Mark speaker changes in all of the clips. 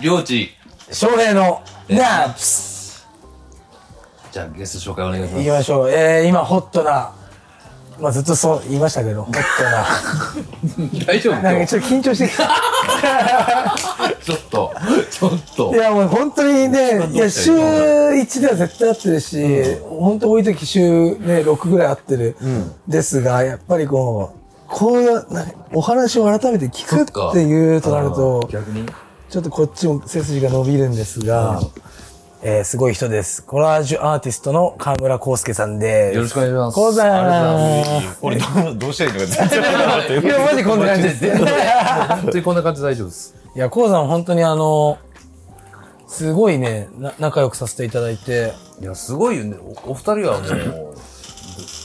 Speaker 1: りょうち。
Speaker 2: 翔平の、ナープス。
Speaker 1: じゃあゲスト紹介お願いしま
Speaker 2: 行
Speaker 1: す。
Speaker 2: きましょう。えー、今、ホットな、まあ、ずっとそう言いましたけど、ホット
Speaker 1: 大丈夫
Speaker 2: な。な
Speaker 1: 今
Speaker 2: ん
Speaker 1: 日
Speaker 2: かちょっと緊張してきた。
Speaker 1: ちょっと、ちょっと
Speaker 2: い。や、もう本当 にね、いや、
Speaker 1: そ
Speaker 2: 週
Speaker 1: んな
Speaker 2: 1では絶対合ってるし、本当多い時週ね、6ぐらい合ってる。ですが、やっぱりこう、こういう、なんかお話を改めて聞
Speaker 1: そっか
Speaker 2: くっていうとなると、
Speaker 1: 逆に。
Speaker 2: ちょっとこっちも背筋が伸びるんですが、えー、すごい人です。コラージュアーティストの河村康介さんです。
Speaker 1: よろしくお願いします
Speaker 2: こうざい
Speaker 1: ありがとうござい
Speaker 2: ます。
Speaker 3: 俺どう どうしたらいいのか全然
Speaker 2: いや、マジこんな感じです。
Speaker 1: 本当にこんな感じで大丈夫です。
Speaker 2: いや、こうざん本当にあの、すごいね、な仲良くさせていただいて、
Speaker 1: いや、すごいよね。おお二人はもう、ど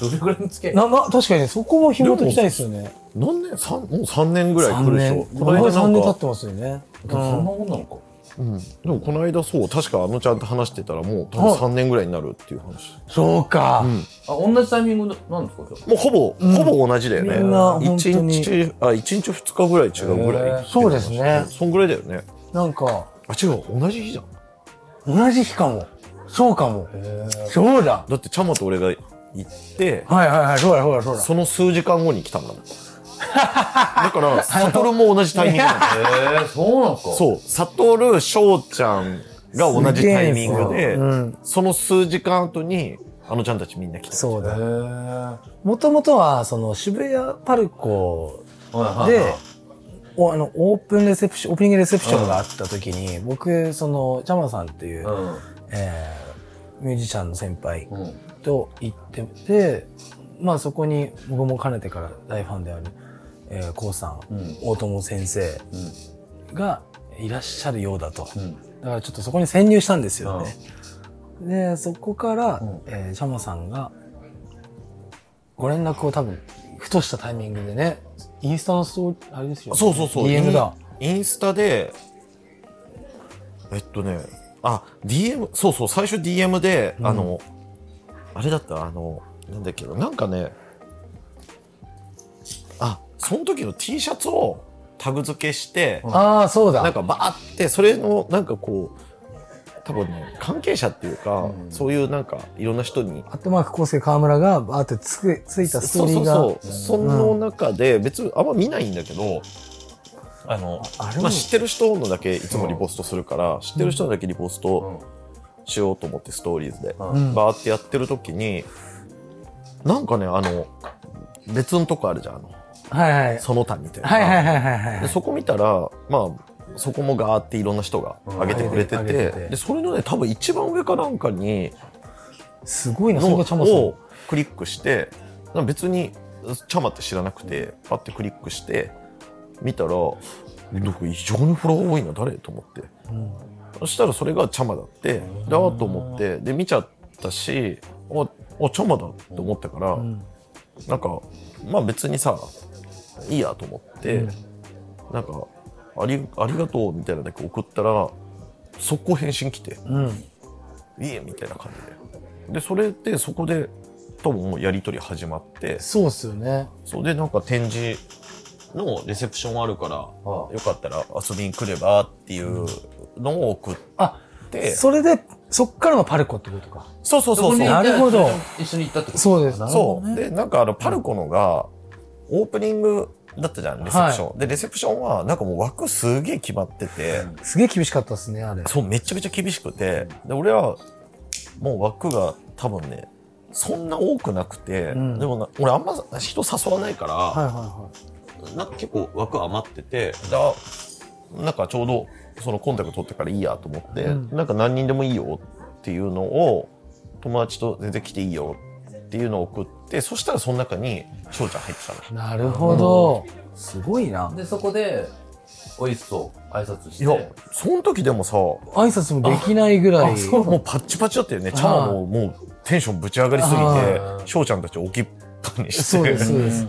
Speaker 1: どれぐらいの付き合い
Speaker 2: な、な、確かにね、そこも紐解きたいですよね。
Speaker 3: 何年三もう三年ぐらい来
Speaker 2: 3
Speaker 3: るでしょ
Speaker 2: 年。
Speaker 3: この間
Speaker 2: 3
Speaker 3: なん
Speaker 2: 年経っ
Speaker 3: か、
Speaker 2: てますよね。
Speaker 1: そんなもんなのか。
Speaker 3: うん、でもこの間そう確かあのちゃんと話してたらもう多分三年ぐらいになるっていう話。
Speaker 2: そうか。
Speaker 1: あ、同じタイミングなんですかじゃ
Speaker 3: もうほぼ、ほぼ同じだよね。
Speaker 2: みんな本当に
Speaker 3: 一日あ一日二日ぐらい違うぐらい。
Speaker 2: そうですね。
Speaker 3: そんぐらいだよね。
Speaker 2: なんか、
Speaker 3: あ違う同じ日じゃん。
Speaker 2: 同じ日かも。そうかも。そうだ。
Speaker 3: だってチャマと俺が行って。
Speaker 2: はいはいはい、そうだそうだそうだ。
Speaker 3: その数時間後に来たんだもん。だから、サトルも同じタイミングなんだよ。
Speaker 1: あ。へえ、そうなのか。
Speaker 3: そう、サトル、ショウちゃんが同じタイミングで、その数時間後に、あのちゃんたちみんな来た。
Speaker 2: そうだ。
Speaker 1: へ
Speaker 2: もともとは、その、渋谷パルコ
Speaker 1: え。
Speaker 2: で、おあの、オープンレセプション、オープニングレセプションがあった時に、僕、その、ジャマさんっていう、
Speaker 1: う
Speaker 2: えーミュージシャンの先
Speaker 1: ん。
Speaker 2: 輩
Speaker 1: うん。
Speaker 2: と行ってて、まあそこに僕もかねてから大ファンである、えー、コウさん、
Speaker 1: うん
Speaker 2: 大友先生がいらっしゃるようだと。
Speaker 1: うん。
Speaker 2: だからちょっとそこに潜入したんですよね。で、そこから、えージャマさんが、ご連絡を多分、ふとしたタイミングでね、インスタのストーリー、あれですよ、ね。
Speaker 3: そうそうそう。
Speaker 2: DM だ。
Speaker 3: イン。インスタで、えっとね、あ、DM、そうそう、最初 DM で、あの、あれだった、あの、なんだっけな、なんかね、あ、その時の T シャツをタグ付けして、
Speaker 2: ああ、そうだ。
Speaker 3: なんかバーって、それの、なんかこう、多分ね、関係者っていうか、そういうなんか、いろんな人に、
Speaker 2: アットマーク構成河村がバーってつくついたストー
Speaker 3: そう
Speaker 2: リ
Speaker 3: そ
Speaker 2: ー
Speaker 3: う
Speaker 2: が。
Speaker 3: そう、その中で、別にあんま見ないんだけど、あの、
Speaker 2: あれも
Speaker 3: まあ、知ってる人のだけいつもリポストするから、知ってる人のだけリポストしようと思って、ストーリーズで、
Speaker 2: ん
Speaker 3: バーってやってる時に、なんかね、あの、別のとこあるじゃん、あの、
Speaker 2: はいはい。
Speaker 3: その他みたいな。
Speaker 2: はいはいはいはいは
Speaker 3: で
Speaker 2: い。
Speaker 3: そこ見たら、まあ、そこもガーっていろんな人が上げてくれて
Speaker 2: うん
Speaker 3: て,、
Speaker 2: 上げてて
Speaker 3: でそれのね多分一番上かなんかに
Speaker 2: すごいな、そ
Speaker 3: の
Speaker 2: れがチャマさん。
Speaker 3: をクリックして別にチャマって知らなくてパッてクリックして見たらなんか異常にフォロワー多いな誰と思って、そしたらそれがチャマだってでああと思ってで見ちゃったしああチャマだって思ったから、なんかまあ別にさいいやと思って、なんかあり「ありがとう」みたいなだけ送ったら速攻返信来て
Speaker 2: うん。
Speaker 3: 「いいえ」みたいな感じででそれでそこで多分もうやり取り始まって
Speaker 2: そうっすよね。
Speaker 3: それでなんか展示のレセプションあるから
Speaker 1: ああ
Speaker 3: よかったら遊びに来ればっていうのを送っ
Speaker 2: あ、
Speaker 3: て、
Speaker 2: それで、そっからのパルコってことか。
Speaker 3: そうそうそうそう
Speaker 2: なるほど。
Speaker 1: 一緒に行ったってこと
Speaker 2: そうです。なるほ
Speaker 3: そ
Speaker 2: ど
Speaker 3: う。
Speaker 2: ね。
Speaker 3: で、なんかあの、パルコのが、オープニングだったじゃん、レセプション。で、レセプションは、なんかもう枠すげえ決まってて、
Speaker 2: すげえ厳しかったっすね、あれ。
Speaker 3: そう、めちゃめちゃ厳しくて、で、俺は、もう枠が多分ね、そんな多くなくて、
Speaker 2: ん
Speaker 3: でもな、俺あんま人誘わないから、
Speaker 2: はいはいは
Speaker 3: なんか結構枠余ってて、であなんかちょうどそのコンタクト取ってからいいやと思って、
Speaker 2: う
Speaker 3: なんか何人でもいいよっていうのを友達と全然来ていいよっていうのを送って、そしたらその中に翔ちゃん入ってたの。
Speaker 2: い。なるほど。すごいな。
Speaker 1: で、そこで、おいしそう、挨拶して。
Speaker 3: いや、その時でもさ、も
Speaker 2: 挨拶もできないぐらい。
Speaker 3: うパッチパチだったよね。チャーももうテンションぶち上がりすぎ
Speaker 2: は
Speaker 3: て、翔ちゃんたち置きっぱにして。
Speaker 2: そうです、そうです。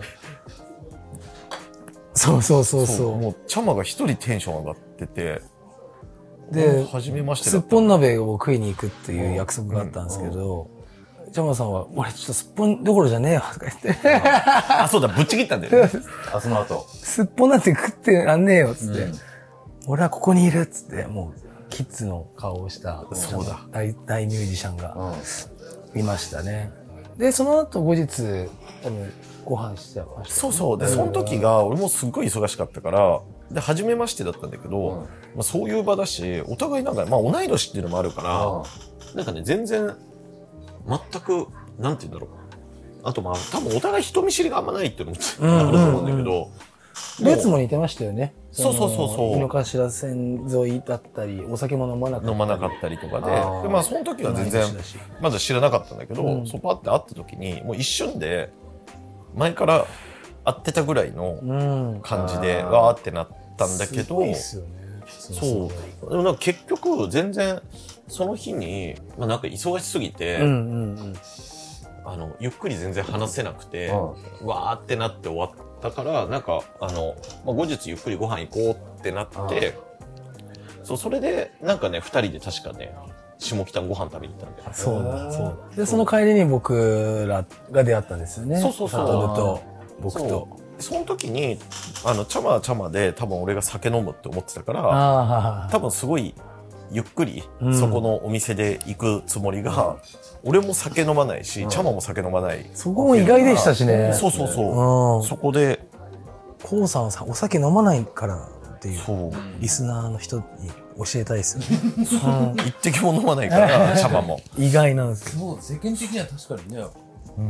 Speaker 2: そうそうそう
Speaker 3: そう
Speaker 2: そ
Speaker 3: もうチャマが一人テンション上がってて、
Speaker 2: う。で、
Speaker 3: 初めまして
Speaker 2: す
Speaker 3: だ
Speaker 2: っ
Speaker 3: った
Speaker 2: ぽん鍋を食いに行くっていう約束があったんですけど、ジャマさんは、俺ちょっとすっぽんどころじゃねえよとか言って、
Speaker 3: あ、そうだ、ぶっちぎったんだよね。
Speaker 1: あ、その後。
Speaker 2: すっぽんなんて食ってらんねえよっつって、俺はここにいるっつって、もう、キッズの顔をした、
Speaker 3: そうだ
Speaker 2: 大、大ミュージシャンが
Speaker 1: うん。
Speaker 2: いましたね。で、その後後日、多分、ご飯してました。
Speaker 3: そうそうでその時が俺もすっごい忙しかったからで初めましてだったんだけど、
Speaker 1: うん
Speaker 3: まあ、そういう場だしお互いなんか、まあ、同い年っていうのもあるから、なんかね、全然、全く、なんて言うんだろう。あとまあ、多分お互い人見知りがあんまないっていうのも
Speaker 2: ん
Speaker 3: あると思うんだけど、
Speaker 2: 列
Speaker 3: も
Speaker 2: も似てましたよね。
Speaker 3: そうそうそうそう
Speaker 2: の井の頭線沿いだったり、お酒も飲まなかった
Speaker 3: う
Speaker 2: り。
Speaker 3: 飲まなかったりとかで、
Speaker 1: あー
Speaker 3: でまあその時は全然
Speaker 2: 同い年だし、
Speaker 3: まず知らなかったんだけど、
Speaker 2: うん
Speaker 3: そうパって会った時に、もう一瞬で、前から会ってたぐらいの
Speaker 2: うん。
Speaker 3: 感じで、
Speaker 1: あー
Speaker 3: わーってなったんだけ
Speaker 2: す
Speaker 3: ど
Speaker 2: ご、いっすよね。
Speaker 3: そう。でもなんか結局、全然、その日に、まあなんか忙しすぎて、
Speaker 2: うんうんうん。
Speaker 3: あの、ゆっくり全然話せなくて、
Speaker 1: うん
Speaker 3: わーってなって終わったから、なんか、あの、まあ、後日ゆっくりご飯行こうってなって、そう、それで、なんかね、二人で確かね、下北のご飯食べに行ったんだよ。
Speaker 2: そう
Speaker 1: へ
Speaker 2: だ、
Speaker 1: ー
Speaker 2: そうだ。で、その帰りに僕らが出会ったんですよね。
Speaker 3: そうそうそう
Speaker 2: 悟と、僕と。
Speaker 3: そう。その時に、あの、ちゃまはちゃまで、多分俺が酒飲むって思ってたから、
Speaker 2: ああ、
Speaker 3: 多分すごい、ゆっくり
Speaker 2: うん
Speaker 3: そこのお店で行くつもりが、俺も酒飲まないし、ちゃまも酒飲まない。
Speaker 2: そこも意外でしたしね。
Speaker 3: そうそう
Speaker 2: う
Speaker 3: そ
Speaker 2: ん
Speaker 3: う。。そこで、
Speaker 2: コウさんはさ、お酒飲まないからっていう、
Speaker 3: そう。
Speaker 2: リスナーの人に教えたいですよね。
Speaker 3: 一滴も飲まないから、シャマも。
Speaker 2: うん意外なんですよ。
Speaker 1: そう、世間的には確かにね、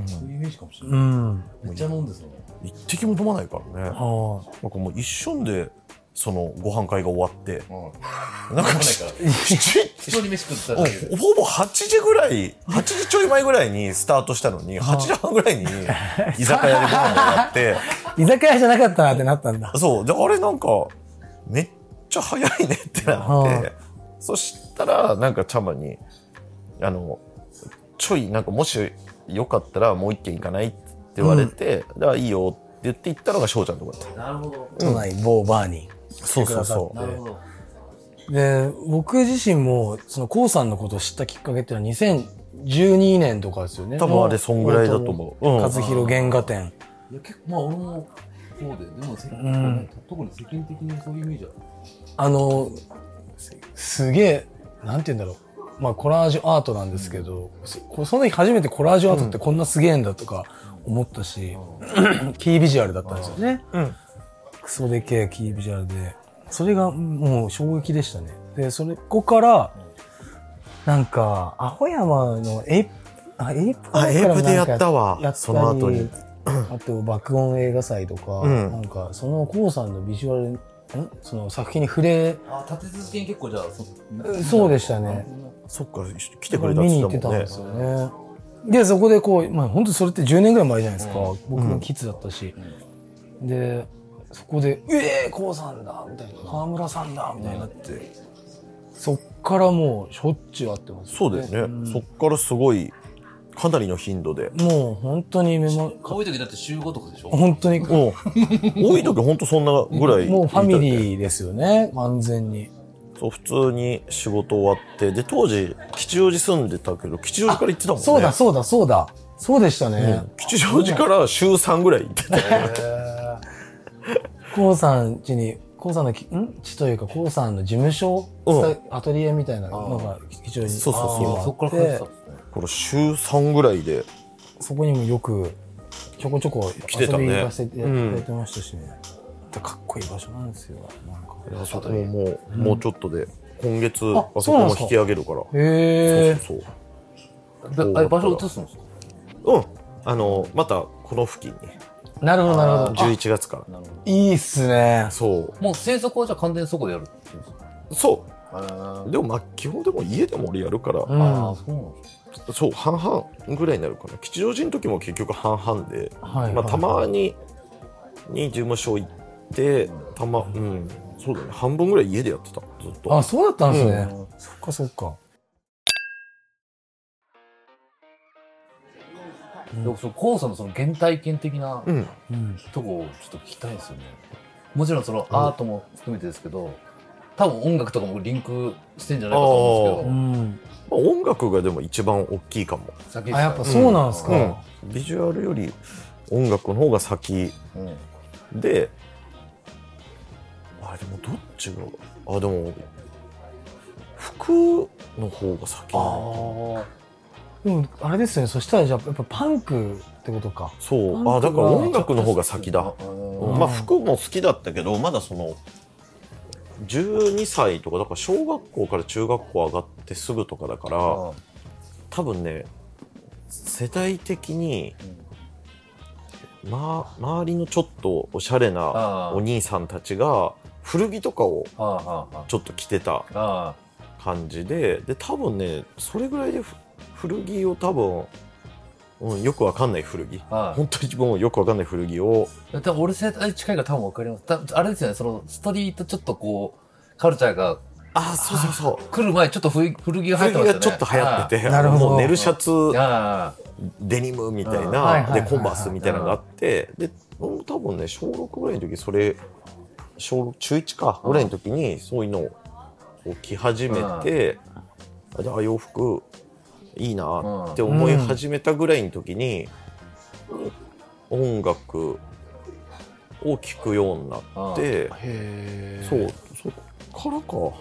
Speaker 1: そういうイメージかもしれ
Speaker 2: う
Speaker 1: ない。
Speaker 2: ん。
Speaker 1: めっちゃ飲んでそうね。
Speaker 3: 一滴も飲まないからね。
Speaker 2: は
Speaker 3: なんかもう一瞬で、その、ご飯会が終わって、
Speaker 1: うん。
Speaker 3: なんか、
Speaker 1: 一人飯食っただけで。
Speaker 3: おほぼ8時ぐらい、8時ちょい前ぐらいにスタートしたのに、8時半ぐらいに居酒屋でご飯を やって、
Speaker 2: あ居酒屋じゃなかったなってなったんだ。
Speaker 3: そう、で、あれなんか、めっちゃ早いねってなっ
Speaker 2: は
Speaker 3: て、そしたら、なんかチャマに、あの、ちょい、なんかもしよかったらもう一軒行かないって言われて、だからいいよって言って行ったのが翔ちゃんとかだった。
Speaker 1: なるほど。
Speaker 2: 都内某バーに。
Speaker 3: そうそうそう。
Speaker 1: なるほど。
Speaker 2: で、僕自身も、その、コウさんのことを知ったきっかけっていうのは2012年とかですよね。
Speaker 3: 多分あれそんぐらいだと思う。うん
Speaker 2: 和弘原画展。
Speaker 1: いや、結構、まあ俺もそうで、でも、せ
Speaker 2: ん
Speaker 1: 特に世間的にそういうイメージは。
Speaker 2: あの、すすげえ、なんて言うんだろう。まあ、コラージュアートなんですけど、そこその時初めてコラージュアートってこんなすげえんだとか思ったし、 キービジュアルだったんですよね。
Speaker 3: うん
Speaker 2: クソでけえキービジュアルで。それがうんもう衝撃でしたね。で、それ、ここから、なんか、青山のエイプ、あ、エイプ
Speaker 3: あ、エイプでやったわ
Speaker 2: や。った
Speaker 3: そ
Speaker 2: り
Speaker 3: の後に。。
Speaker 2: あと、爆音映画祭とか、
Speaker 3: うん
Speaker 2: なんか、そのコウさんのビジュアル、んその作品に触れ、
Speaker 1: あ、立て続けに結構じゃあ、
Speaker 2: う
Speaker 1: そ
Speaker 2: んそうでしたね。
Speaker 3: そっか、来てくれたっ
Speaker 2: 見
Speaker 3: つ
Speaker 2: に行
Speaker 3: っ
Speaker 2: って
Speaker 3: てた
Speaker 2: たんで
Speaker 3: もんね。
Speaker 2: すよね。で、そこでこう、まあ本当それって10年ぐらい前じゃないですか。僕もキッズだったし。で、そこで、ええー、こうさんだみたいな、川村さんだみたいになって、そっからもうしょっちゅう会ってます。
Speaker 3: そうだよね。そっからすごい、かなりの頻度 で。
Speaker 2: もう本当にメモ、
Speaker 1: 可愛い時だって週5とかでしょ
Speaker 2: 本当に、も
Speaker 3: うん。多い時ほんとそんなぐらい。
Speaker 2: うファミ
Speaker 3: ー。
Speaker 2: リーですよね、完全に。
Speaker 3: そう、普通に仕事終わって。で、当時、吉祥寺住んでたけど、吉祥寺から行ってたもんね。
Speaker 2: そうだ、そうだ、そうだ。そうでしたね。
Speaker 3: 吉祥寺から週3ぐらい行ってた。
Speaker 2: コウさん家に、コウさんのき、ん地というか、コウさんの事務所、
Speaker 3: うん
Speaker 2: スタアトリエみたいなのが非常に
Speaker 3: そうそうそう
Speaker 2: あって
Speaker 1: そっから帰ってたんですね。
Speaker 3: これ週3ぐらいで。
Speaker 2: そこにもよく、ちょこちょこ
Speaker 3: 来て
Speaker 2: 遊
Speaker 3: たね
Speaker 2: びに行かせていた
Speaker 3: うん
Speaker 2: だいてましたしね。かっこいい場所なんですよ、なんか。
Speaker 3: いやそこももう、もうちょっとで、今月、
Speaker 2: あ
Speaker 3: あそ
Speaker 2: そうな
Speaker 3: こ
Speaker 2: んで
Speaker 3: も
Speaker 2: すか
Speaker 3: 引き上げるから。
Speaker 2: へえ。
Speaker 3: そうそう
Speaker 1: であれ場所移すんですか
Speaker 3: そう。うん。あの、また、この付近に。
Speaker 2: なるほど、なるほど。あ
Speaker 3: 11月から。
Speaker 1: なるほど。
Speaker 2: いいっすね。
Speaker 3: そう。
Speaker 1: もう制作はじゃあ完全にそこでやるっていうんですか
Speaker 3: そ
Speaker 1: あ
Speaker 3: う。でもまあ基本でも家でも俺やるから、
Speaker 2: うん。
Speaker 1: あ
Speaker 2: は
Speaker 1: ー、そうなんです
Speaker 3: そう、半々ぐらいになるかな。吉祥寺の時も結局半々で、
Speaker 2: い。
Speaker 3: まあたま
Speaker 2: はい
Speaker 3: に、に事務所行って、たま、うん、そうだね。半分ぐらい家でやってた、ずっと。
Speaker 2: あ、そうだったんですね。
Speaker 1: うん
Speaker 2: そっか、そっか。
Speaker 1: ね。でもその、コウさんのその原体験的な
Speaker 3: うん。
Speaker 2: うん。
Speaker 1: とこをちょっと聞きたいんですよね。もちろんそのアートも含めてですけど、多分音楽とかもリンクしてんじゃないかと思うん
Speaker 2: う
Speaker 1: です
Speaker 2: ん。
Speaker 3: まあ音楽がでも一番大きいかも。
Speaker 1: けど、先ですか
Speaker 2: あ、
Speaker 1: ら
Speaker 2: やっぱそうなんです
Speaker 3: う
Speaker 2: か
Speaker 3: ん。。ビジュアルより音楽の方が先
Speaker 1: うん
Speaker 3: で、ああでもどっちがあでも服の方が先なの
Speaker 1: あ
Speaker 2: でも、あれですよね。そしたら、じゃあ、やっぱパンクってことか。
Speaker 3: そう
Speaker 2: パンクが
Speaker 3: あだから音楽の方が先だ、
Speaker 1: うん
Speaker 3: まあ服も好きだったけどまだその12歳とかだから小学校から中学校上がってすぐとかだから
Speaker 1: あ
Speaker 3: 多分ね世代的に、ま、周りのちょっとおしゃれな
Speaker 1: あー
Speaker 3: お兄さんたちが古着とかを
Speaker 1: あああ
Speaker 3: ちょっと着てた
Speaker 1: あ
Speaker 3: 感じでで多分ねそれぐらいでふ古着を多分、うん、よくわかんない古着
Speaker 1: ああ
Speaker 3: 本当にもうよくわかんない古着を
Speaker 1: あ多分俺世代近いから多分分かりますたあれですよねそのストリートちょっとこうカルチャーが
Speaker 3: ああそうそうそう
Speaker 1: 来る前ちょっと古い古着が流行っ
Speaker 3: 古
Speaker 1: て
Speaker 3: 着
Speaker 1: ましたよね
Speaker 3: がちょっと流行ってて、
Speaker 2: なるほど
Speaker 3: もう寝るシャツ、
Speaker 1: あああ
Speaker 3: デニムみたい
Speaker 1: うん
Speaker 2: はいはい
Speaker 3: な、
Speaker 2: はい
Speaker 3: で、
Speaker 2: はい
Speaker 3: コンバースみたいなのがあって、で、もう多分ね、小6ぐらいの時、それ、小6中1か、ぐらいの時に、そういうのを着始めて、あ、じゃあ洋服いいなって思い始めたぐらいの時に、音楽を聴くようになって、
Speaker 2: へ
Speaker 3: そう、そっからか。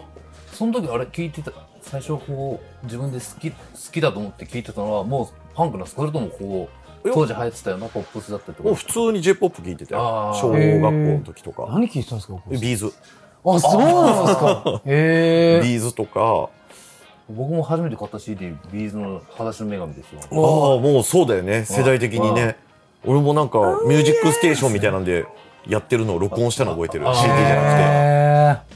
Speaker 1: その時あれ聞いてた最初こう自分で好き好きだと思って聞いてたのはもうパンクなんですかそれともこう
Speaker 3: いや
Speaker 1: 当時流行ってたようなポップスだったりと
Speaker 3: もう
Speaker 1: か
Speaker 3: 普通に J-POP 聴いてたよ
Speaker 1: あ。ー
Speaker 3: 小学校の時とか。
Speaker 2: 何聞いてたんですか
Speaker 3: ビーズ。
Speaker 2: あ、そうなんですか。へえ。
Speaker 3: ビーズとか、
Speaker 1: 僕も初めて買った CD ビーズの「裸足の女神」ですよ
Speaker 3: ああもうそうだよね世代的にね俺もなんか「ミュージックステーション」みたいなんでやってるのを録音したの覚えてる
Speaker 1: あー
Speaker 3: CD じゃな
Speaker 2: ゃなく
Speaker 3: く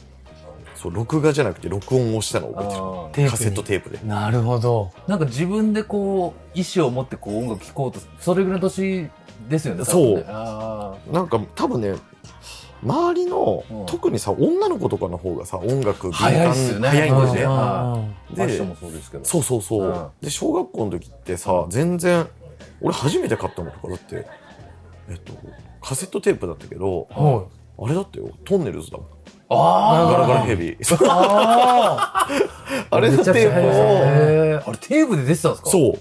Speaker 3: てそう録画じゃなくて録音をしたのを覚えてる
Speaker 1: ああ
Speaker 2: て
Speaker 3: カセットテープで
Speaker 2: ープ。なるほど。
Speaker 1: なんか自分でこう意思を持ってこう音楽聴こうとそれぐらいの年ですよね多分ね
Speaker 3: そう
Speaker 1: あ
Speaker 3: なんか多分ね周りの
Speaker 1: うん
Speaker 3: 特にさ女の子とかの方がさ音楽敏
Speaker 1: 早いっすよね
Speaker 3: 早いんです
Speaker 1: う
Speaker 3: ね
Speaker 1: んあ
Speaker 3: で
Speaker 1: ファッションもそうですけど
Speaker 3: そうそうそううんで小学校の時ってさ全然俺初めて買ったのとかだってえっとカセットテープだったけど
Speaker 2: は
Speaker 3: あれだったよトンネルズだもん
Speaker 1: あ
Speaker 3: ガ
Speaker 1: あ
Speaker 3: ラガラヘビー
Speaker 1: あ
Speaker 3: あれのテープを
Speaker 1: ープをあれテープで出てたんですかう
Speaker 3: そう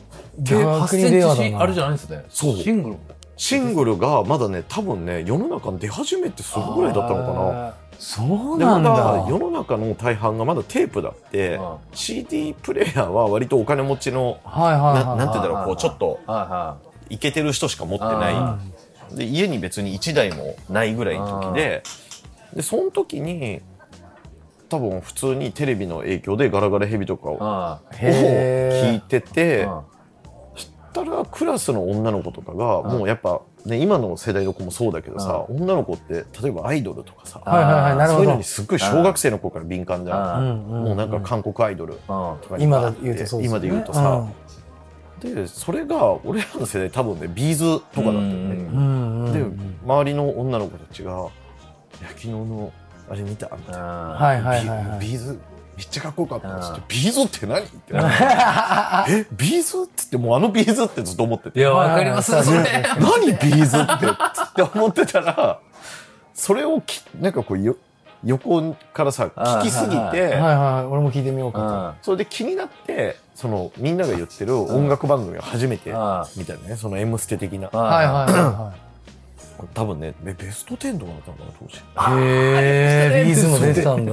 Speaker 1: テープ8
Speaker 2: 逆にレアだな
Speaker 1: センチあれじゃないんですね
Speaker 3: そう
Speaker 1: シングル
Speaker 3: シングルがまだね多分ね世の中に出始めてすぐぐらいだったのかな
Speaker 1: な
Speaker 2: い。そう
Speaker 3: で
Speaker 2: な
Speaker 3: ま
Speaker 2: ん
Speaker 3: だ
Speaker 2: だ。
Speaker 3: 世の中の大半がまだテープだって
Speaker 1: あ
Speaker 3: CD プレイヤーは割とお金持ちの
Speaker 2: はいはいはい
Speaker 3: な
Speaker 2: はい。
Speaker 3: なんて言うんだろうこ
Speaker 1: あ
Speaker 3: うちょっと
Speaker 1: はいはい
Speaker 3: イケてる人しか持って
Speaker 1: あ
Speaker 3: な。いで家に別に1台もないぐらいの時ででその時に多分普通にテレビの影響でガラガラヘビとかを
Speaker 1: ああ
Speaker 3: 聞い
Speaker 2: へ
Speaker 3: てて
Speaker 1: あ
Speaker 3: たらクラスの女の子とかがもうやっぱね今の世代の子もそうだけどさ女の子って例えばアイドルとかさ
Speaker 2: え。はいはいはい。なる
Speaker 3: そう
Speaker 2: ほ
Speaker 3: いうの
Speaker 2: ど
Speaker 3: に。すっごい小学生の子から敏感じゃん
Speaker 1: あ
Speaker 3: もうなんか韓国アイドル
Speaker 1: あ
Speaker 3: とか
Speaker 2: 今だ言うとそうです
Speaker 3: 今
Speaker 2: よ
Speaker 3: で
Speaker 2: ね
Speaker 3: 言うとさ、でそれが俺らの世代多分ねビーズとかだったよ
Speaker 2: う
Speaker 1: うんん
Speaker 2: うん
Speaker 3: ね
Speaker 2: うんうん
Speaker 3: で
Speaker 2: うん
Speaker 3: 周りの女の子たちが「いや昨日のあれ見た?」みたい
Speaker 1: は
Speaker 2: はいはいはい
Speaker 3: な
Speaker 2: は
Speaker 3: ビ
Speaker 2: い。
Speaker 3: ビーズめっちゃかっこよかった」っつっ
Speaker 1: う
Speaker 3: て
Speaker 1: ん
Speaker 3: 「ビーズって 何?」ってなって「えビーズ?」っつってもうあのビーズってずっと思って
Speaker 1: い
Speaker 3: て
Speaker 1: やわかります
Speaker 2: はい
Speaker 1: それ
Speaker 3: 「何ビーズって」って思ってたらそれをきなんかこうよ横からさ聞きすぎ
Speaker 1: あーはい
Speaker 3: て。
Speaker 2: はいはい。俺も聞いてみようかと。
Speaker 1: あ
Speaker 3: それで気になってそのみんなが言ってる音楽番組が初めて
Speaker 1: あ
Speaker 3: みたいなねその「M ステ」的な
Speaker 1: あ
Speaker 2: はいはいは
Speaker 3: 多分ねベベスト10とかだったのかな当時
Speaker 2: いはい。へえ。ビーズも出てた んだ。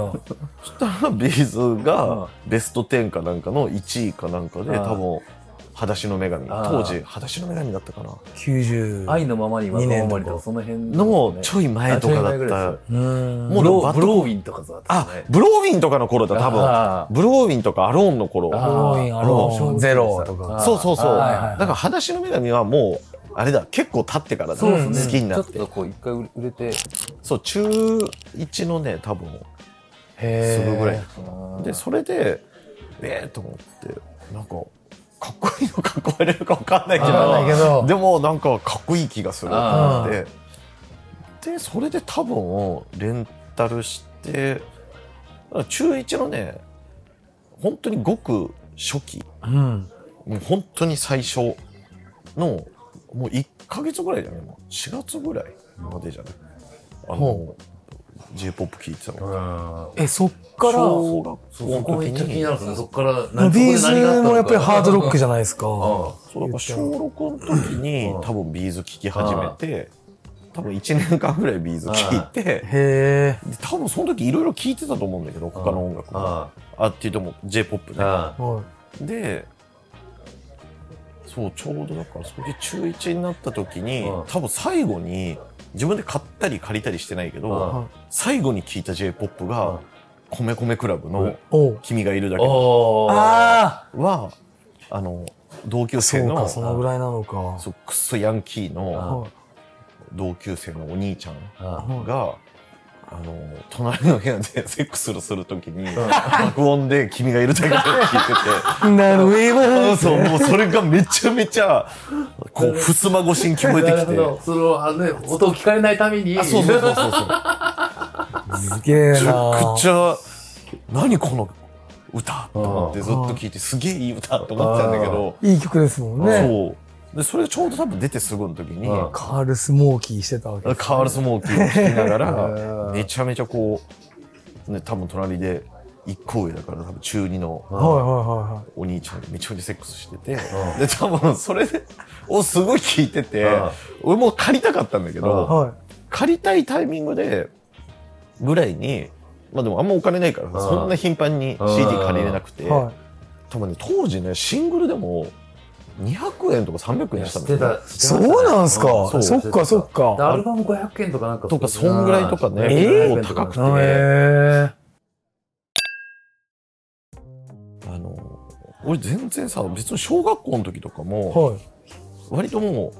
Speaker 3: そしたらビーズ
Speaker 1: うん
Speaker 3: がベスト10かなんかの1位かなんかで
Speaker 1: ああ
Speaker 3: 多分「裸足の女神」
Speaker 1: ああ
Speaker 3: 当時「裸足の女神」だったかな
Speaker 2: 90。
Speaker 1: 愛のままに今
Speaker 2: 二年
Speaker 1: のままにと
Speaker 2: と
Speaker 1: か
Speaker 2: か
Speaker 1: その辺
Speaker 3: のちょ
Speaker 1: い
Speaker 3: い前とかだ
Speaker 1: あちょい前ぐ
Speaker 3: っ
Speaker 1: らい
Speaker 3: た
Speaker 1: です
Speaker 2: うーん。
Speaker 3: も
Speaker 1: ブ
Speaker 3: う
Speaker 1: ロ
Speaker 3: バ
Speaker 1: ー
Speaker 3: ット
Speaker 1: ブローウィンとかさ
Speaker 3: あブローウィンとかの頃だ多分
Speaker 1: あ
Speaker 3: ブローウィンとかアローンの頃
Speaker 1: あ
Speaker 2: ハロウィン、アローン、ゼロとか。
Speaker 3: そうそうそ
Speaker 2: あ
Speaker 3: うだ
Speaker 2: あはいはいは
Speaker 3: か
Speaker 2: い
Speaker 3: ら「裸足の女神」はもうあれだ結構経ってからだ
Speaker 1: そうですね
Speaker 3: 好きになっ
Speaker 1: ち
Speaker 3: て
Speaker 1: ょっとこう一回売れて
Speaker 3: そう中1のね多分
Speaker 2: へ
Speaker 3: す
Speaker 2: ー
Speaker 3: るぐらい
Speaker 1: で
Speaker 3: でそれでええと思ってなんかかっこいいのかっこ悪いのか分かんないけ
Speaker 2: わかんない
Speaker 3: ど
Speaker 2: けど。
Speaker 3: でもなんかかっこいい気がすると思
Speaker 1: あ
Speaker 3: ってでそれで多分レンタルしてだから中1のね本当にごく初期
Speaker 2: うん。
Speaker 3: もう本当に最初のもう1ヶ月ぐらいだよねもう4月ぐらいまでじゃないあの
Speaker 2: ほ
Speaker 3: j p o p 聞いてたの
Speaker 2: え、そっから、
Speaker 3: 小学校
Speaker 1: そこ
Speaker 3: の
Speaker 1: め
Speaker 3: 時
Speaker 1: っちゃ気に
Speaker 3: に
Speaker 1: なるんですねそこから
Speaker 2: ビーズもやっぱりハードロック
Speaker 1: じ
Speaker 2: じゃないですか。
Speaker 1: ゃ
Speaker 3: そうだから小6の時に多分ビーズ聴き始めて多分1年間ぐらいビーズ聴いて、
Speaker 2: へえ。
Speaker 3: で多分その時いろいろ聴いてたと思うんだけど、他の音楽も。
Speaker 1: あ
Speaker 3: あ、っていうとも J-POP ね。
Speaker 1: あ
Speaker 2: は
Speaker 3: でそうちょうどだからそれで中1になった時に、
Speaker 1: うん
Speaker 3: 多分最後に自分で買ったり借りたりしてないけ
Speaker 1: うん
Speaker 3: ど、
Speaker 2: い。
Speaker 3: 最後に聴いた j p o p
Speaker 1: うん
Speaker 3: が「米米クラブ
Speaker 1: う
Speaker 3: の
Speaker 1: ん
Speaker 2: おう
Speaker 3: 「君がいるだけで
Speaker 1: おー
Speaker 2: ああ」
Speaker 3: はあの同級生
Speaker 2: そう
Speaker 3: の
Speaker 2: か、そのぐらいなのか。
Speaker 3: そうクソヤンキーの
Speaker 2: はい
Speaker 3: 同級生のお兄ちゃん
Speaker 1: あ
Speaker 3: が。あの隣の部屋で セックスをするときに
Speaker 1: ん
Speaker 3: 爆音で「君がいるだけ」で聴いてて
Speaker 2: なるほど。
Speaker 3: そう、もうそれがめちゃめちゃ、こう、ふすま越しに聞こえて
Speaker 1: なるほ
Speaker 3: きて。
Speaker 1: どそのあのね音を聞かれないために
Speaker 3: あ、そうそうそうそうそう。
Speaker 2: すげえ
Speaker 3: めちゃ
Speaker 2: な
Speaker 3: く。ちゃ、何この歌と思ってずっと聞いて、すげえいい歌と思ってたんだけど、
Speaker 2: いい曲ですもんね。
Speaker 3: そう。で、それがちょうど多分出てすぐの時に、
Speaker 1: うん
Speaker 2: カールスモーキーしてたわけですね
Speaker 3: カールスモーキーを聴きなが
Speaker 1: う
Speaker 3: ら、
Speaker 1: ん
Speaker 3: めちゃめちゃこう、ね、多分隣で、一個上だから多分中二の
Speaker 2: はいはいはいはい。
Speaker 3: お兄ちゃんがめちゃめちゃセックスしてて、で、多分それをすごい聞いてて
Speaker 1: うん、
Speaker 3: 俺もう借りたかったんだけ
Speaker 1: うん
Speaker 3: ど、
Speaker 2: は
Speaker 3: 借りたいタイミングでぐらいにまあでもあんまお金ないから
Speaker 1: ん
Speaker 3: そんな頻繁に CD 借りれなくて
Speaker 2: い。は
Speaker 3: 多分ね当時ねシングルでも200円とか300円
Speaker 1: や
Speaker 3: したん
Speaker 1: 知って
Speaker 3: だよね
Speaker 1: た
Speaker 2: い。そうなんすか
Speaker 1: う
Speaker 3: そ。う
Speaker 2: そっかそっ
Speaker 1: でアル
Speaker 2: か。
Speaker 1: バム500円とかなんか
Speaker 3: とかそんぐらいとかね
Speaker 1: うん
Speaker 3: えー
Speaker 1: 500円とか
Speaker 3: 高く
Speaker 2: へえ。
Speaker 3: てあの俺全然さ別に小学校の時とかも
Speaker 2: はい。
Speaker 3: 割とも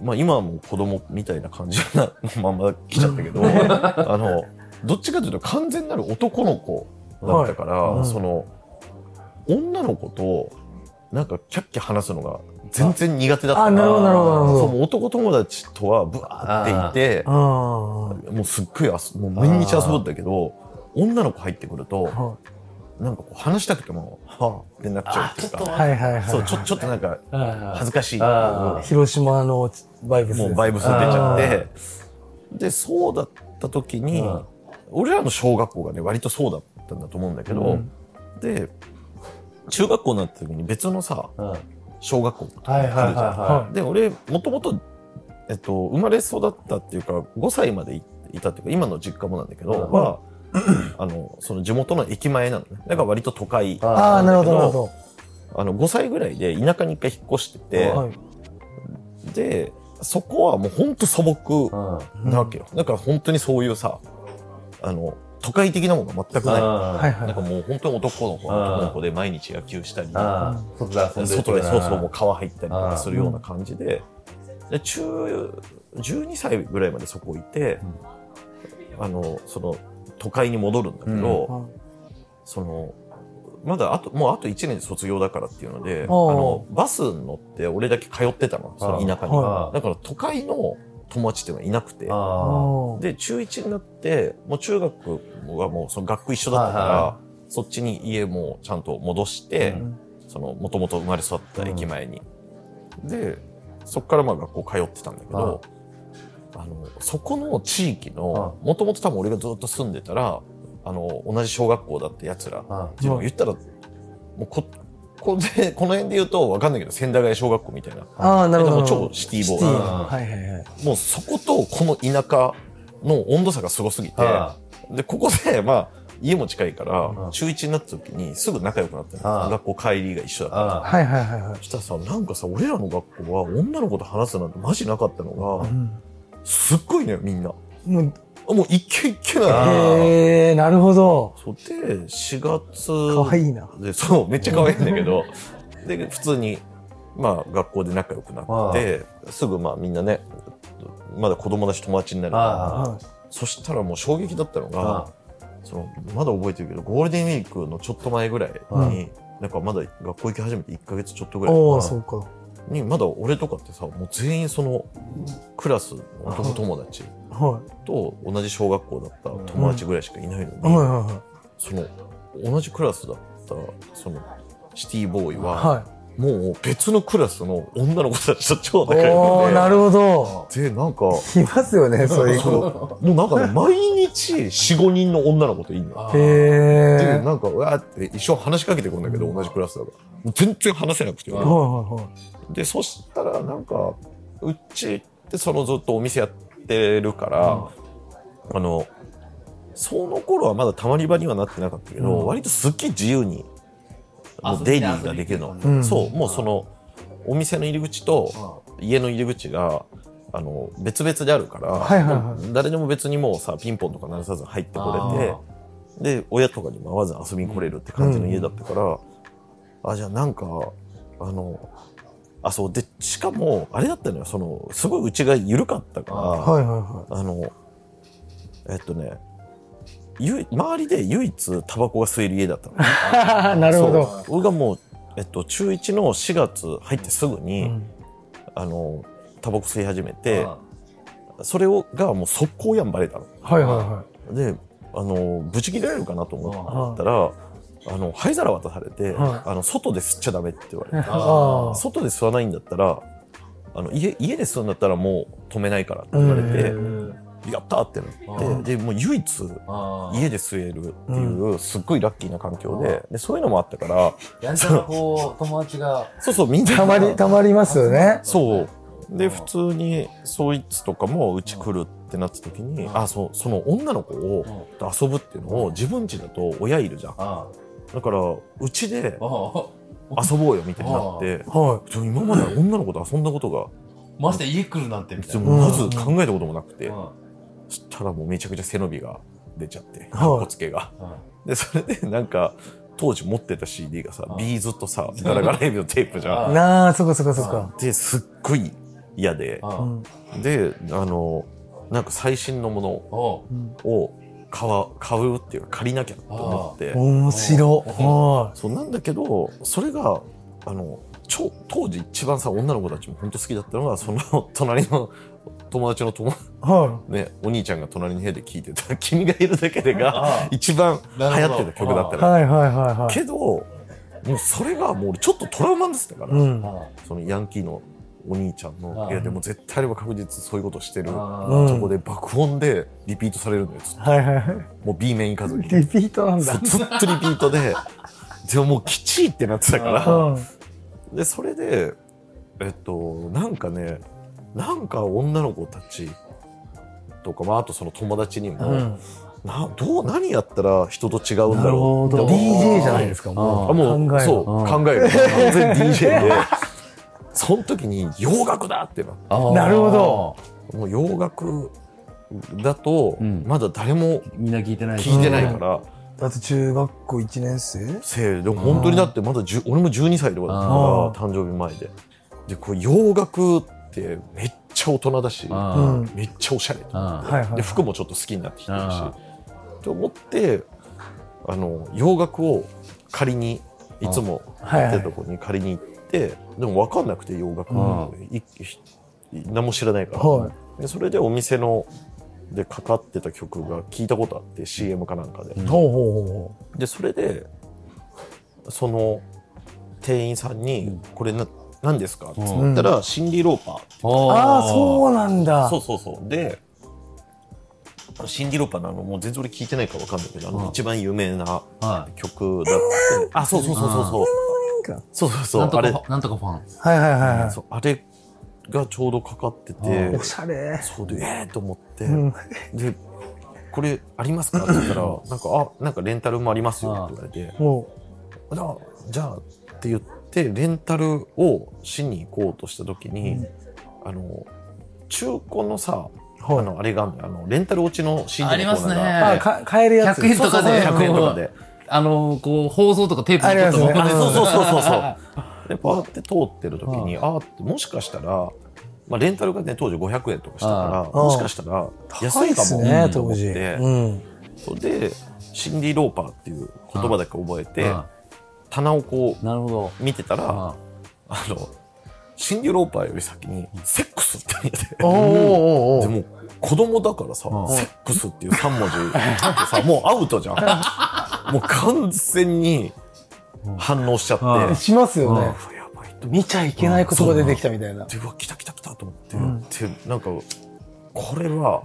Speaker 3: うまあ今はもう子供みたいな感じなまんま来ちゃった けどあのどっちかというと完全なる男の子だったから、
Speaker 2: はいうん
Speaker 3: その女の子となんかキャッキャ話すのが全然苦手だった
Speaker 2: あ、なるほどなるほどなるほ
Speaker 3: そ
Speaker 2: ど。
Speaker 3: の男友達とはブワーっていて
Speaker 2: あ
Speaker 3: もうすっごい遊もう毎日遊ぶんだけど女の子入ってくると
Speaker 2: あ。は
Speaker 3: なんかこう話したくても「はあ」ってなっちゃうっていうか
Speaker 2: いはいはいはい。
Speaker 3: そうちょちょっとなんか恥ずかしい
Speaker 1: あ
Speaker 3: も
Speaker 2: 広島のバイブスです。
Speaker 3: うバイブス出ちゃってでそうだった時に
Speaker 1: うん
Speaker 3: 俺らの小学校がね割とそうだったんだと思うんだけど、
Speaker 2: うん
Speaker 3: で中学校になった時に別のさ
Speaker 1: うんはい
Speaker 3: 小学校
Speaker 1: はいはいは
Speaker 2: は
Speaker 3: で俺もともと、えっと、生まれ育ったっていうか5歳までいいたっていうか今の実家もなんだけど、
Speaker 1: うん
Speaker 3: はあ のその地元の駅前なのねだから割と都会
Speaker 1: い
Speaker 2: ああ、なるほどなるほ
Speaker 3: あの5歳ぐらいで田舎に一回引っ越してて、
Speaker 2: ど。はい。
Speaker 3: でそこはもうほんと素朴
Speaker 1: うん
Speaker 3: なわけよ、だから本当にそういうさあの都会的なものが全くない、
Speaker 1: は
Speaker 2: はい
Speaker 1: い
Speaker 3: なんか
Speaker 2: は
Speaker 3: もう本当に男の子
Speaker 1: うん
Speaker 3: 男の子で毎日野球したり、
Speaker 1: あー外で遊んでる
Speaker 3: 外でそうそうもう
Speaker 1: う
Speaker 3: 川入ったりとかするような感じでで中12歳ぐらいまでそこいて、あのその都会に戻るんだけど、
Speaker 2: い。
Speaker 3: そのまだあともうあと1年で卒業だからっていうのであ
Speaker 2: あー
Speaker 3: のバスに乗って俺だけ通ってたのその田舎に、
Speaker 1: はい
Speaker 3: だから都会の友達っていうのはいなくて。
Speaker 1: あ
Speaker 2: あ
Speaker 3: で、中1になって、もう中学はもうその学区一緒だったから、
Speaker 1: はい
Speaker 3: そっちに家もちゃんと戻して、
Speaker 1: うん
Speaker 3: その、もともと生まれ育った駅前に。で、そっからまあ学校通ってたんだけど、あの、そこの地域の、もともと多分俺がずっと住んでたら、あの、同じ小学校だって奴ら、
Speaker 1: ーあ
Speaker 3: っていうのを言ったら、もうこ、こで、この辺で言うとわかんないけど、千駄ヶ谷小学校みたいな。
Speaker 2: あー、なるほど。
Speaker 3: でも超シティボー
Speaker 2: シ
Speaker 3: イ
Speaker 2: テ
Speaker 1: うん
Speaker 2: はいはいはい。
Speaker 3: もうそことこの田舎の温度差がすごすぎて、
Speaker 1: あ
Speaker 3: で、ここで、まあ、家も近いから、
Speaker 1: うん
Speaker 3: 中1になった時にすぐ仲良くなった
Speaker 1: う
Speaker 3: の。
Speaker 1: ん
Speaker 3: 学校帰りが一緒だから。
Speaker 1: あ
Speaker 2: はいはいはいはい
Speaker 3: そしたらさ、なんかさ、俺らの学校は女の子と話すなんてマジなかったのが、すっごいね、みんな。
Speaker 2: うん。も
Speaker 3: あもう一軒一軒
Speaker 2: う
Speaker 3: な
Speaker 1: あ
Speaker 3: の。
Speaker 1: ー
Speaker 2: へえ、なるほど。
Speaker 3: そうで、4月。
Speaker 2: かわいいな。
Speaker 3: で、そう、めっちゃ可愛いんだけど、で、普通に、まあ、学校で仲良くなって、すぐまあみんなね、まだ子供だし友達になるから、
Speaker 1: あ
Speaker 2: はい
Speaker 3: そしたらもう衝撃だったのが、
Speaker 1: あ
Speaker 3: そのまだ覚えてるけどゴールデンウィークのちょっと前ぐらいに、
Speaker 1: うん
Speaker 3: なんかまだ学校行き始めて1ヶ月ちょっとぐらい
Speaker 2: お
Speaker 1: うん
Speaker 2: お、そうか。
Speaker 3: にまだ俺とかってさもう全員そのクラスの男友達
Speaker 2: は
Speaker 3: と同じ小学校だった友達ぐらいしかいないのに、
Speaker 2: い。はいはいはい。
Speaker 3: その同じクラスだったそのシティボーイは、
Speaker 2: は
Speaker 3: もう別のクラスの女の子たちと超仲
Speaker 2: い。お
Speaker 3: 良
Speaker 2: おー、な
Speaker 3: く
Speaker 2: るほど。
Speaker 3: てでなんか
Speaker 2: いますよね、そういう子。
Speaker 3: もうなんかね毎日45人の女の子といんのよ
Speaker 1: あ
Speaker 2: へ
Speaker 3: で、
Speaker 2: え。
Speaker 3: なんか、うわーって一生話しかけてくるんだけど、同じクラスだから。もう全然話せなくて。
Speaker 2: はいはいはい。
Speaker 3: で、そしたら、なんか、うちってそのずっとお店やってるから、あのその頃はまだたまり場にはなってなかったけど、
Speaker 2: うん
Speaker 3: 割とすっきり自由に
Speaker 1: あ
Speaker 3: も
Speaker 1: そうう
Speaker 3: 出入りができるの、
Speaker 1: うん
Speaker 3: そうもうそのお店の入り口と家の入り口があの別々であるから、
Speaker 2: はいはいはい
Speaker 3: もう誰でも別にもうさピンポンとか鳴らさず入ってこれてで親とかにも会わず遊びに来れるって感じの家だったから、あじゃあなんかあのあそうでしかもあれだったのよそのすごいうちが緩かったから、
Speaker 2: はいは
Speaker 3: あのえっとねゆい周りで唯一タバコが吸える家だったの。
Speaker 2: いはい。 なるほど。
Speaker 3: そう俺がもう、えっと、中1の4月入ってすぐに、
Speaker 2: うん
Speaker 3: あのタバコ吸い始めて
Speaker 1: あ
Speaker 3: それをがもう速攻やんばれたの。
Speaker 2: はいはいは
Speaker 3: であのブチ切れられるかなと思ったら、あの灰皿渡されて、
Speaker 2: は
Speaker 3: あの外で吸っちゃダメって言わ
Speaker 2: い。
Speaker 3: れて、
Speaker 2: ああ。
Speaker 3: 外で吸わないんだったらあの家家で吸うんだったらもう止めないからって言われ
Speaker 1: ー
Speaker 3: て、
Speaker 1: うん
Speaker 3: やったーってな
Speaker 1: うん
Speaker 3: ってでもう唯一
Speaker 1: あー
Speaker 3: 家で吸えるっていうすっごいラッキーな環境で,、でそういうのもあったから
Speaker 1: やんちゃなこう友達が
Speaker 3: そうそうみんな
Speaker 2: たまり、たまりますよね。
Speaker 3: そう。で、
Speaker 1: うん
Speaker 3: 普通に、そいつとかもうち来るってなった時に、
Speaker 1: うん
Speaker 3: あ、そう、その女の子をと遊ぶっていうのを自分家だと親いるじゃん。
Speaker 1: あ
Speaker 3: だから、うちで
Speaker 1: ああ
Speaker 3: 遊ぼうよみたいになって、
Speaker 2: は
Speaker 3: ちょ今まで女の子と遊んだことが、
Speaker 1: まして家来るなんてみたいな、
Speaker 3: まず考えたこともなくて、
Speaker 1: うん
Speaker 3: そしたらもうめちゃくちゃ背伸びが出ちゃって、
Speaker 2: い
Speaker 3: かっこつけが。
Speaker 1: うん
Speaker 3: で、それでなんか、当時持ってた CD がさ
Speaker 1: う、ん
Speaker 3: ビーズとさ、ガラガラエビのテープじゃ
Speaker 1: うん
Speaker 3: ん。
Speaker 2: い。なあ、そこそこそこ。
Speaker 3: で、すっごい嫌で、
Speaker 1: う
Speaker 2: うんん。
Speaker 3: で、あの、なんか最新のもの
Speaker 1: おう
Speaker 2: うん
Speaker 3: を買わ買うっていうか借りなきゃと思って
Speaker 2: 面白。は
Speaker 3: そうなんだけどそれがあの超当時一番さ女の子たちも本当好きだったのがその隣の友達の友、
Speaker 2: い。は
Speaker 3: ね、お兄ちゃんが隣の部屋で聴いてた「君がいるだけ で」が
Speaker 1: あ
Speaker 3: 一番流
Speaker 1: なる
Speaker 3: 行っ
Speaker 1: ほど
Speaker 3: てた曲だった
Speaker 2: い。
Speaker 3: のよ
Speaker 2: はいはいはいはい。
Speaker 3: けどもうそれがもう俺ちょっとトラウマですだから、
Speaker 2: うん。
Speaker 1: あ
Speaker 3: そのヤンキーのお兄ちゃんの
Speaker 1: あ
Speaker 3: 部屋でも絶対あれば確実そういうことしてる
Speaker 1: あ
Speaker 2: うん
Speaker 3: とこで爆音でリピートされるのよずっと
Speaker 2: はいはいは
Speaker 3: もう B 面行かずに
Speaker 2: い。リピート なん
Speaker 3: そ
Speaker 2: だ
Speaker 3: う。ずっとリピートで、でももうきちいってなってたか
Speaker 2: う
Speaker 3: ら、
Speaker 2: ん。
Speaker 3: で、それで、えっと、なんかね、なんか女の子たちとか、まあ、あとその友達にも、
Speaker 2: うん。
Speaker 3: などう、何やったら人と違うん
Speaker 2: な
Speaker 3: だ
Speaker 2: る
Speaker 3: ろ
Speaker 2: ほ
Speaker 3: う
Speaker 2: ど。
Speaker 3: って思う
Speaker 2: DJ じゃないですか、も
Speaker 3: あ
Speaker 2: う。
Speaker 3: もう
Speaker 2: 考え
Speaker 3: そう、
Speaker 2: ろ。
Speaker 3: 考える。完全に DJ で、 その時に洋楽だってな。
Speaker 1: あ
Speaker 2: なるほど
Speaker 3: もう洋楽だと、
Speaker 1: うん
Speaker 3: まだ誰も
Speaker 1: みんな聞いてない
Speaker 3: 聞いてないから、
Speaker 2: だって中学校1年生
Speaker 3: せいでも本当にだってまだ10俺も12歳とかだったか
Speaker 2: あー
Speaker 3: ら誕生日前ででこう洋楽ってめっちゃ大人だし
Speaker 1: あ
Speaker 2: う
Speaker 1: ー
Speaker 2: ん。はい
Speaker 3: めっちゃおしゃれと
Speaker 1: あ
Speaker 2: はいはい。
Speaker 3: で服もちょっと好きになってきてるし
Speaker 1: あ
Speaker 3: と思ってあの洋楽を借りにいつも
Speaker 2: はいは
Speaker 3: 行って
Speaker 2: い
Speaker 3: たとこに借りに行ってでも分かんなくて洋楽
Speaker 1: あ
Speaker 3: いひ何も知らないから、
Speaker 2: は
Speaker 3: でそれでお店のでかかってた曲が聞いたことあって CM かなんかで。
Speaker 1: うん
Speaker 2: ほうほうほ
Speaker 3: でそれでその店員さんに
Speaker 1: うん
Speaker 3: 「これな何ですか?」って
Speaker 1: うん
Speaker 3: 言ったら「シンディ・ローパー」
Speaker 2: う。ああ、そうなんだ。
Speaker 3: そうそうそうであのシンディ・ローパーのあのもう全然俺聞いてないから分かんないけどあ
Speaker 1: うん
Speaker 3: の一番有名な
Speaker 1: うはい
Speaker 3: 曲だってあそうそうそうそうそう
Speaker 2: なんか
Speaker 3: そうそうそう
Speaker 1: なん
Speaker 3: あ
Speaker 1: と
Speaker 3: れ
Speaker 1: かなんとかファン
Speaker 2: はいはいはいは
Speaker 3: そうあれがちょうどかかって
Speaker 1: う
Speaker 3: て
Speaker 2: い。おしゃれ。
Speaker 3: そうでええと思って
Speaker 2: うん。
Speaker 3: で「これありますか?」って言ったら「なんかあなんかレンタルもありますよ」って言われて
Speaker 2: も
Speaker 3: じゃあ、じゃあって言って、レンタルをしに行こうとした時に、
Speaker 2: うん
Speaker 3: あの、中古のさ、
Speaker 2: はい
Speaker 3: あの、あれがあんのよあの、レンタル落ちの CD の
Speaker 1: ありますね
Speaker 3: コーナー
Speaker 2: う、
Speaker 3: が
Speaker 2: あ、か買えるやつ。
Speaker 1: 100円とかで
Speaker 3: そうそうそう100円とかで。
Speaker 1: あのこう放送とかテープのこと
Speaker 2: あ
Speaker 3: あ
Speaker 2: り
Speaker 1: か
Speaker 2: ま
Speaker 3: そう
Speaker 2: す
Speaker 3: そう
Speaker 2: ね
Speaker 3: そうそ うそう。で、パーって通ってる時に、あーって、もしかしたら、まあ、レンタルがね、当時500円とかした
Speaker 1: あ
Speaker 3: から、
Speaker 2: ー
Speaker 3: もしかしたら、
Speaker 2: 高
Speaker 3: 安
Speaker 2: い
Speaker 3: い
Speaker 2: っ
Speaker 3: か
Speaker 2: す
Speaker 3: も、
Speaker 2: ね、
Speaker 3: と
Speaker 2: 当
Speaker 3: 思っ
Speaker 2: 時。
Speaker 3: て、
Speaker 2: うん。
Speaker 3: それで、シンディ・ローパーっていう言葉だけ覚えて、
Speaker 1: あ
Speaker 3: 棚をこ
Speaker 1: なるほど
Speaker 3: う見てたら、
Speaker 1: あ
Speaker 3: あの、シンディローパーより先に、セックスって言って。
Speaker 2: おーおー
Speaker 3: で
Speaker 2: おー
Speaker 3: も、子供だからさ、
Speaker 1: うん
Speaker 3: セックスっていう3文字ってさ、もうアウトじゃん。 もう完全に反応しちゃって、
Speaker 1: うん
Speaker 2: えしますよ
Speaker 3: う
Speaker 2: ね
Speaker 3: わ。やばいと思
Speaker 2: 見ちゃいけないことが出てきたみたいな
Speaker 3: っ。て、うわ、来た来た来たと思って、
Speaker 2: うん
Speaker 3: で、なんか、これは、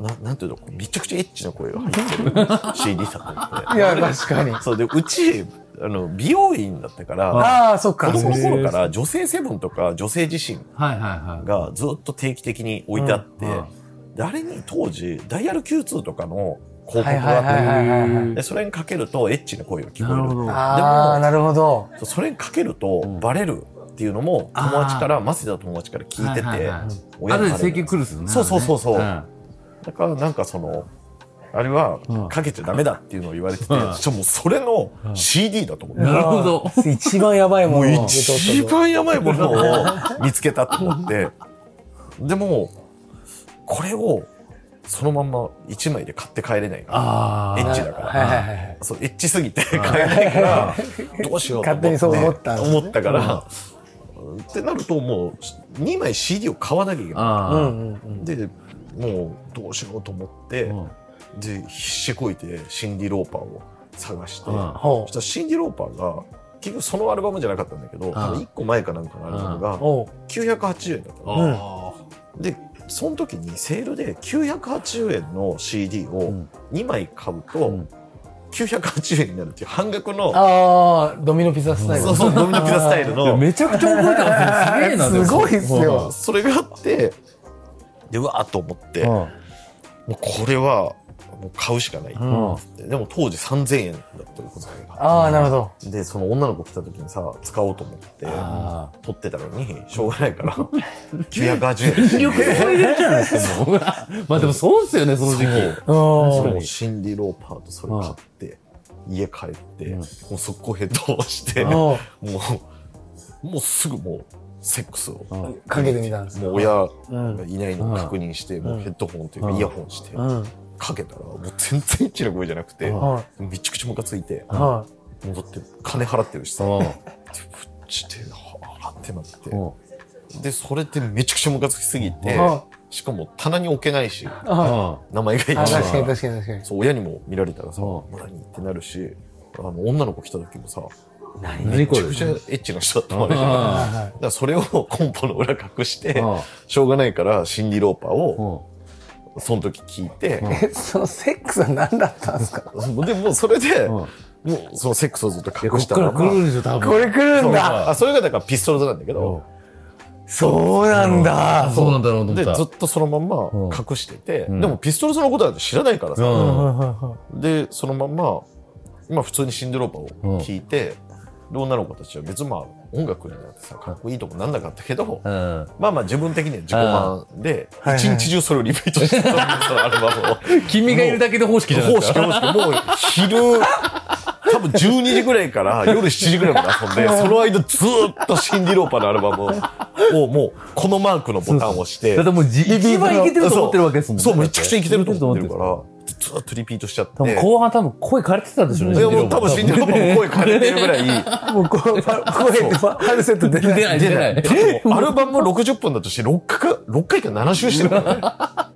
Speaker 3: ななんていう の、めちゃくちゃエッチな声が入ってる CD だと思って。
Speaker 2: いや、確かに。
Speaker 3: そうでうちあの美容院だったから
Speaker 2: ああ、そっか。
Speaker 3: 子供の
Speaker 2: そう
Speaker 3: 頃
Speaker 2: です
Speaker 3: から女性セブンとか女性自身
Speaker 2: はいはいはい。
Speaker 3: がずっと定期的に置いてあって、
Speaker 2: うんう
Speaker 3: であれに当時ダイヤル Q2 とかの広告があって、
Speaker 2: はいはいはいはい
Speaker 3: でそれにかけるとエッチな声が聞こえ
Speaker 4: な
Speaker 3: る
Speaker 4: るほど。
Speaker 2: ああ、なるほど。
Speaker 3: そうそれにかけるとバレるっていうのも
Speaker 4: あー
Speaker 3: 友達からマセの友達から聞いてて、
Speaker 4: はいはいはい
Speaker 3: 親
Speaker 4: 後
Speaker 3: の
Speaker 4: で
Speaker 3: あれ
Speaker 4: 請求来るっすよね。
Speaker 3: そうそうそうそう
Speaker 4: あ
Speaker 3: だからなんかそのあれはかけちゃダメだっていうのを言われてて、
Speaker 4: うん
Speaker 3: しかもそれの CD だと思って、
Speaker 4: れなるほど
Speaker 2: あー。一番やばいもの
Speaker 3: も
Speaker 2: を
Speaker 3: う
Speaker 2: 受け取った
Speaker 3: 一番やばいものを 見つけたと思ってでもこれをそのまんま1枚で買って帰れないから
Speaker 4: あ
Speaker 3: エ
Speaker 4: ー。
Speaker 3: ッチだから、
Speaker 2: はいはいはいはい。
Speaker 3: そうエッチすぎて買えないからどうしようと思
Speaker 2: 勝
Speaker 3: って
Speaker 2: 手にそう思ったんですね
Speaker 3: 思ったから、ってなるともう2枚 CD を買わなきゃいけな
Speaker 2: う
Speaker 4: あ
Speaker 2: んうんうん
Speaker 3: い。でもうどうしようと思って、
Speaker 4: ー
Speaker 3: で必死こいてシンディ・ローパーを探して、
Speaker 4: うん
Speaker 2: ほ
Speaker 3: そしたらシンディ・ローパーが結局そのアルバムじゃなかったんだけど、多分1個前かなんかのアルバム
Speaker 2: う。
Speaker 3: が
Speaker 2: おう。
Speaker 3: 980円だったの
Speaker 2: うん
Speaker 1: あ
Speaker 3: でその時にセールで980円の CD を2枚買うと、
Speaker 4: うん
Speaker 3: 980円になるっていう半額の
Speaker 2: ああ、ドミノピザスタイル。
Speaker 3: そうそう、ドミノピザスタイル
Speaker 4: いや
Speaker 3: の。
Speaker 4: めちゃくちゃ覚えてますね。すげえな。でも
Speaker 2: すごいっすよ。
Speaker 3: それがあって、で、うわーっと思って、
Speaker 4: うん
Speaker 3: もうこれは、もう買うしかない。
Speaker 4: うん
Speaker 3: でも当時3000円だったのそれが
Speaker 2: ああ、なるほ ど。
Speaker 3: で、その女の子来た時にさ、使おうと思って、
Speaker 4: あ
Speaker 3: 取ってたのに、しょうがないから、980 円。
Speaker 4: 力注いでるじゃないですか、もう。まあでもそうっすよね、その時期。
Speaker 2: うん
Speaker 3: それもシンディ・ローパーとそれ買って、家帰って、
Speaker 4: うん
Speaker 3: もう速攻ヘッドをして、も
Speaker 2: おう
Speaker 3: う、もうすぐもう、セックスを。
Speaker 4: うん
Speaker 2: かけてみたんです
Speaker 3: もう親
Speaker 2: うん
Speaker 3: がいないのを確認して、もうヘッドホンというか
Speaker 4: うん
Speaker 3: イヤホンして
Speaker 2: うん。
Speaker 3: かけたら、もう全然一致な声じゃなくて、
Speaker 2: は
Speaker 3: めちゃくちゃムカついて
Speaker 2: い。、は
Speaker 3: 戻って、金払ってるしさ、
Speaker 4: うん
Speaker 3: でぶっちって、はぁってなっ
Speaker 4: うん
Speaker 3: て、で、それってめちゃくちゃムカつきすぎ
Speaker 2: い。
Speaker 3: て、
Speaker 2: は
Speaker 3: しかも棚に置けないし、
Speaker 2: い。はい。
Speaker 3: 名前がい
Speaker 2: あ
Speaker 3: いし、
Speaker 2: 確かに確かに確かに。
Speaker 3: そう、親にも見られたらさ、
Speaker 4: うん
Speaker 3: 何ってなるし、あの、女の子来た時もさ、
Speaker 4: 何
Speaker 3: め
Speaker 4: 何こ
Speaker 3: ち
Speaker 4: れ
Speaker 3: ゃくちゃエッチな人だったわけじゃんだ
Speaker 4: あ
Speaker 3: か
Speaker 2: はい
Speaker 3: らそれをコンポの裏隠して、
Speaker 4: あ
Speaker 3: しょうがないから、シンディ・ローパーを、
Speaker 4: うん
Speaker 3: その時聞いて、
Speaker 2: はいえ、そのセックスは何だったんですか
Speaker 3: でもうそれで、
Speaker 4: うん
Speaker 3: もうそのセックスをずっと
Speaker 4: いやこ
Speaker 3: 隠
Speaker 4: っ
Speaker 3: した
Speaker 4: から
Speaker 3: の
Speaker 4: 来るでしょ、多分。
Speaker 2: これ来るんだ
Speaker 3: あそれがだからピストルズなんだけ
Speaker 4: うん
Speaker 3: ど、
Speaker 2: そうなんだ
Speaker 4: そうなんだろうと思
Speaker 3: で
Speaker 4: った。
Speaker 3: ずっとそのまんま
Speaker 4: うん
Speaker 3: 隠してて、
Speaker 4: うん
Speaker 3: でもピストルズのことなんて知らないからさ、
Speaker 4: うん
Speaker 3: でそのまんま今普通にシンデローパーを聞いて、で女の子たちは別にまあ音楽になってさかっこいいとこなんなかったけど、
Speaker 4: うん。
Speaker 3: まあまあ自分的には自己満で
Speaker 2: うん
Speaker 3: 一日中それをリピートしてたんですよアルバムを。
Speaker 4: 君がいるだけで方式じゃない
Speaker 3: 方
Speaker 4: です
Speaker 3: 式
Speaker 4: か。
Speaker 3: 方式もう昼多分12時ぐらいから夜7時ぐらいまで遊んでその間ずーっとシンディ・ローパーのアルバムをもうこのマークのボタンを押して
Speaker 4: だってもうじ一番いけてると思ってるわけですもんね。
Speaker 3: そうめちゃくちゃいけてると思ってる
Speaker 4: だ
Speaker 3: か
Speaker 4: っ
Speaker 3: らずーっとリピートしちゃって
Speaker 4: 多分後半多分声枯れてたんでしょうね。
Speaker 3: いやもう多分シンディ・ローパーも声枯れてるぐらい
Speaker 2: もうこう、パ声がハルセット 出
Speaker 4: 出
Speaker 2: ない。
Speaker 4: ない出ない。
Speaker 3: 多分アルバム60分だとして6回か6回か7周してるからね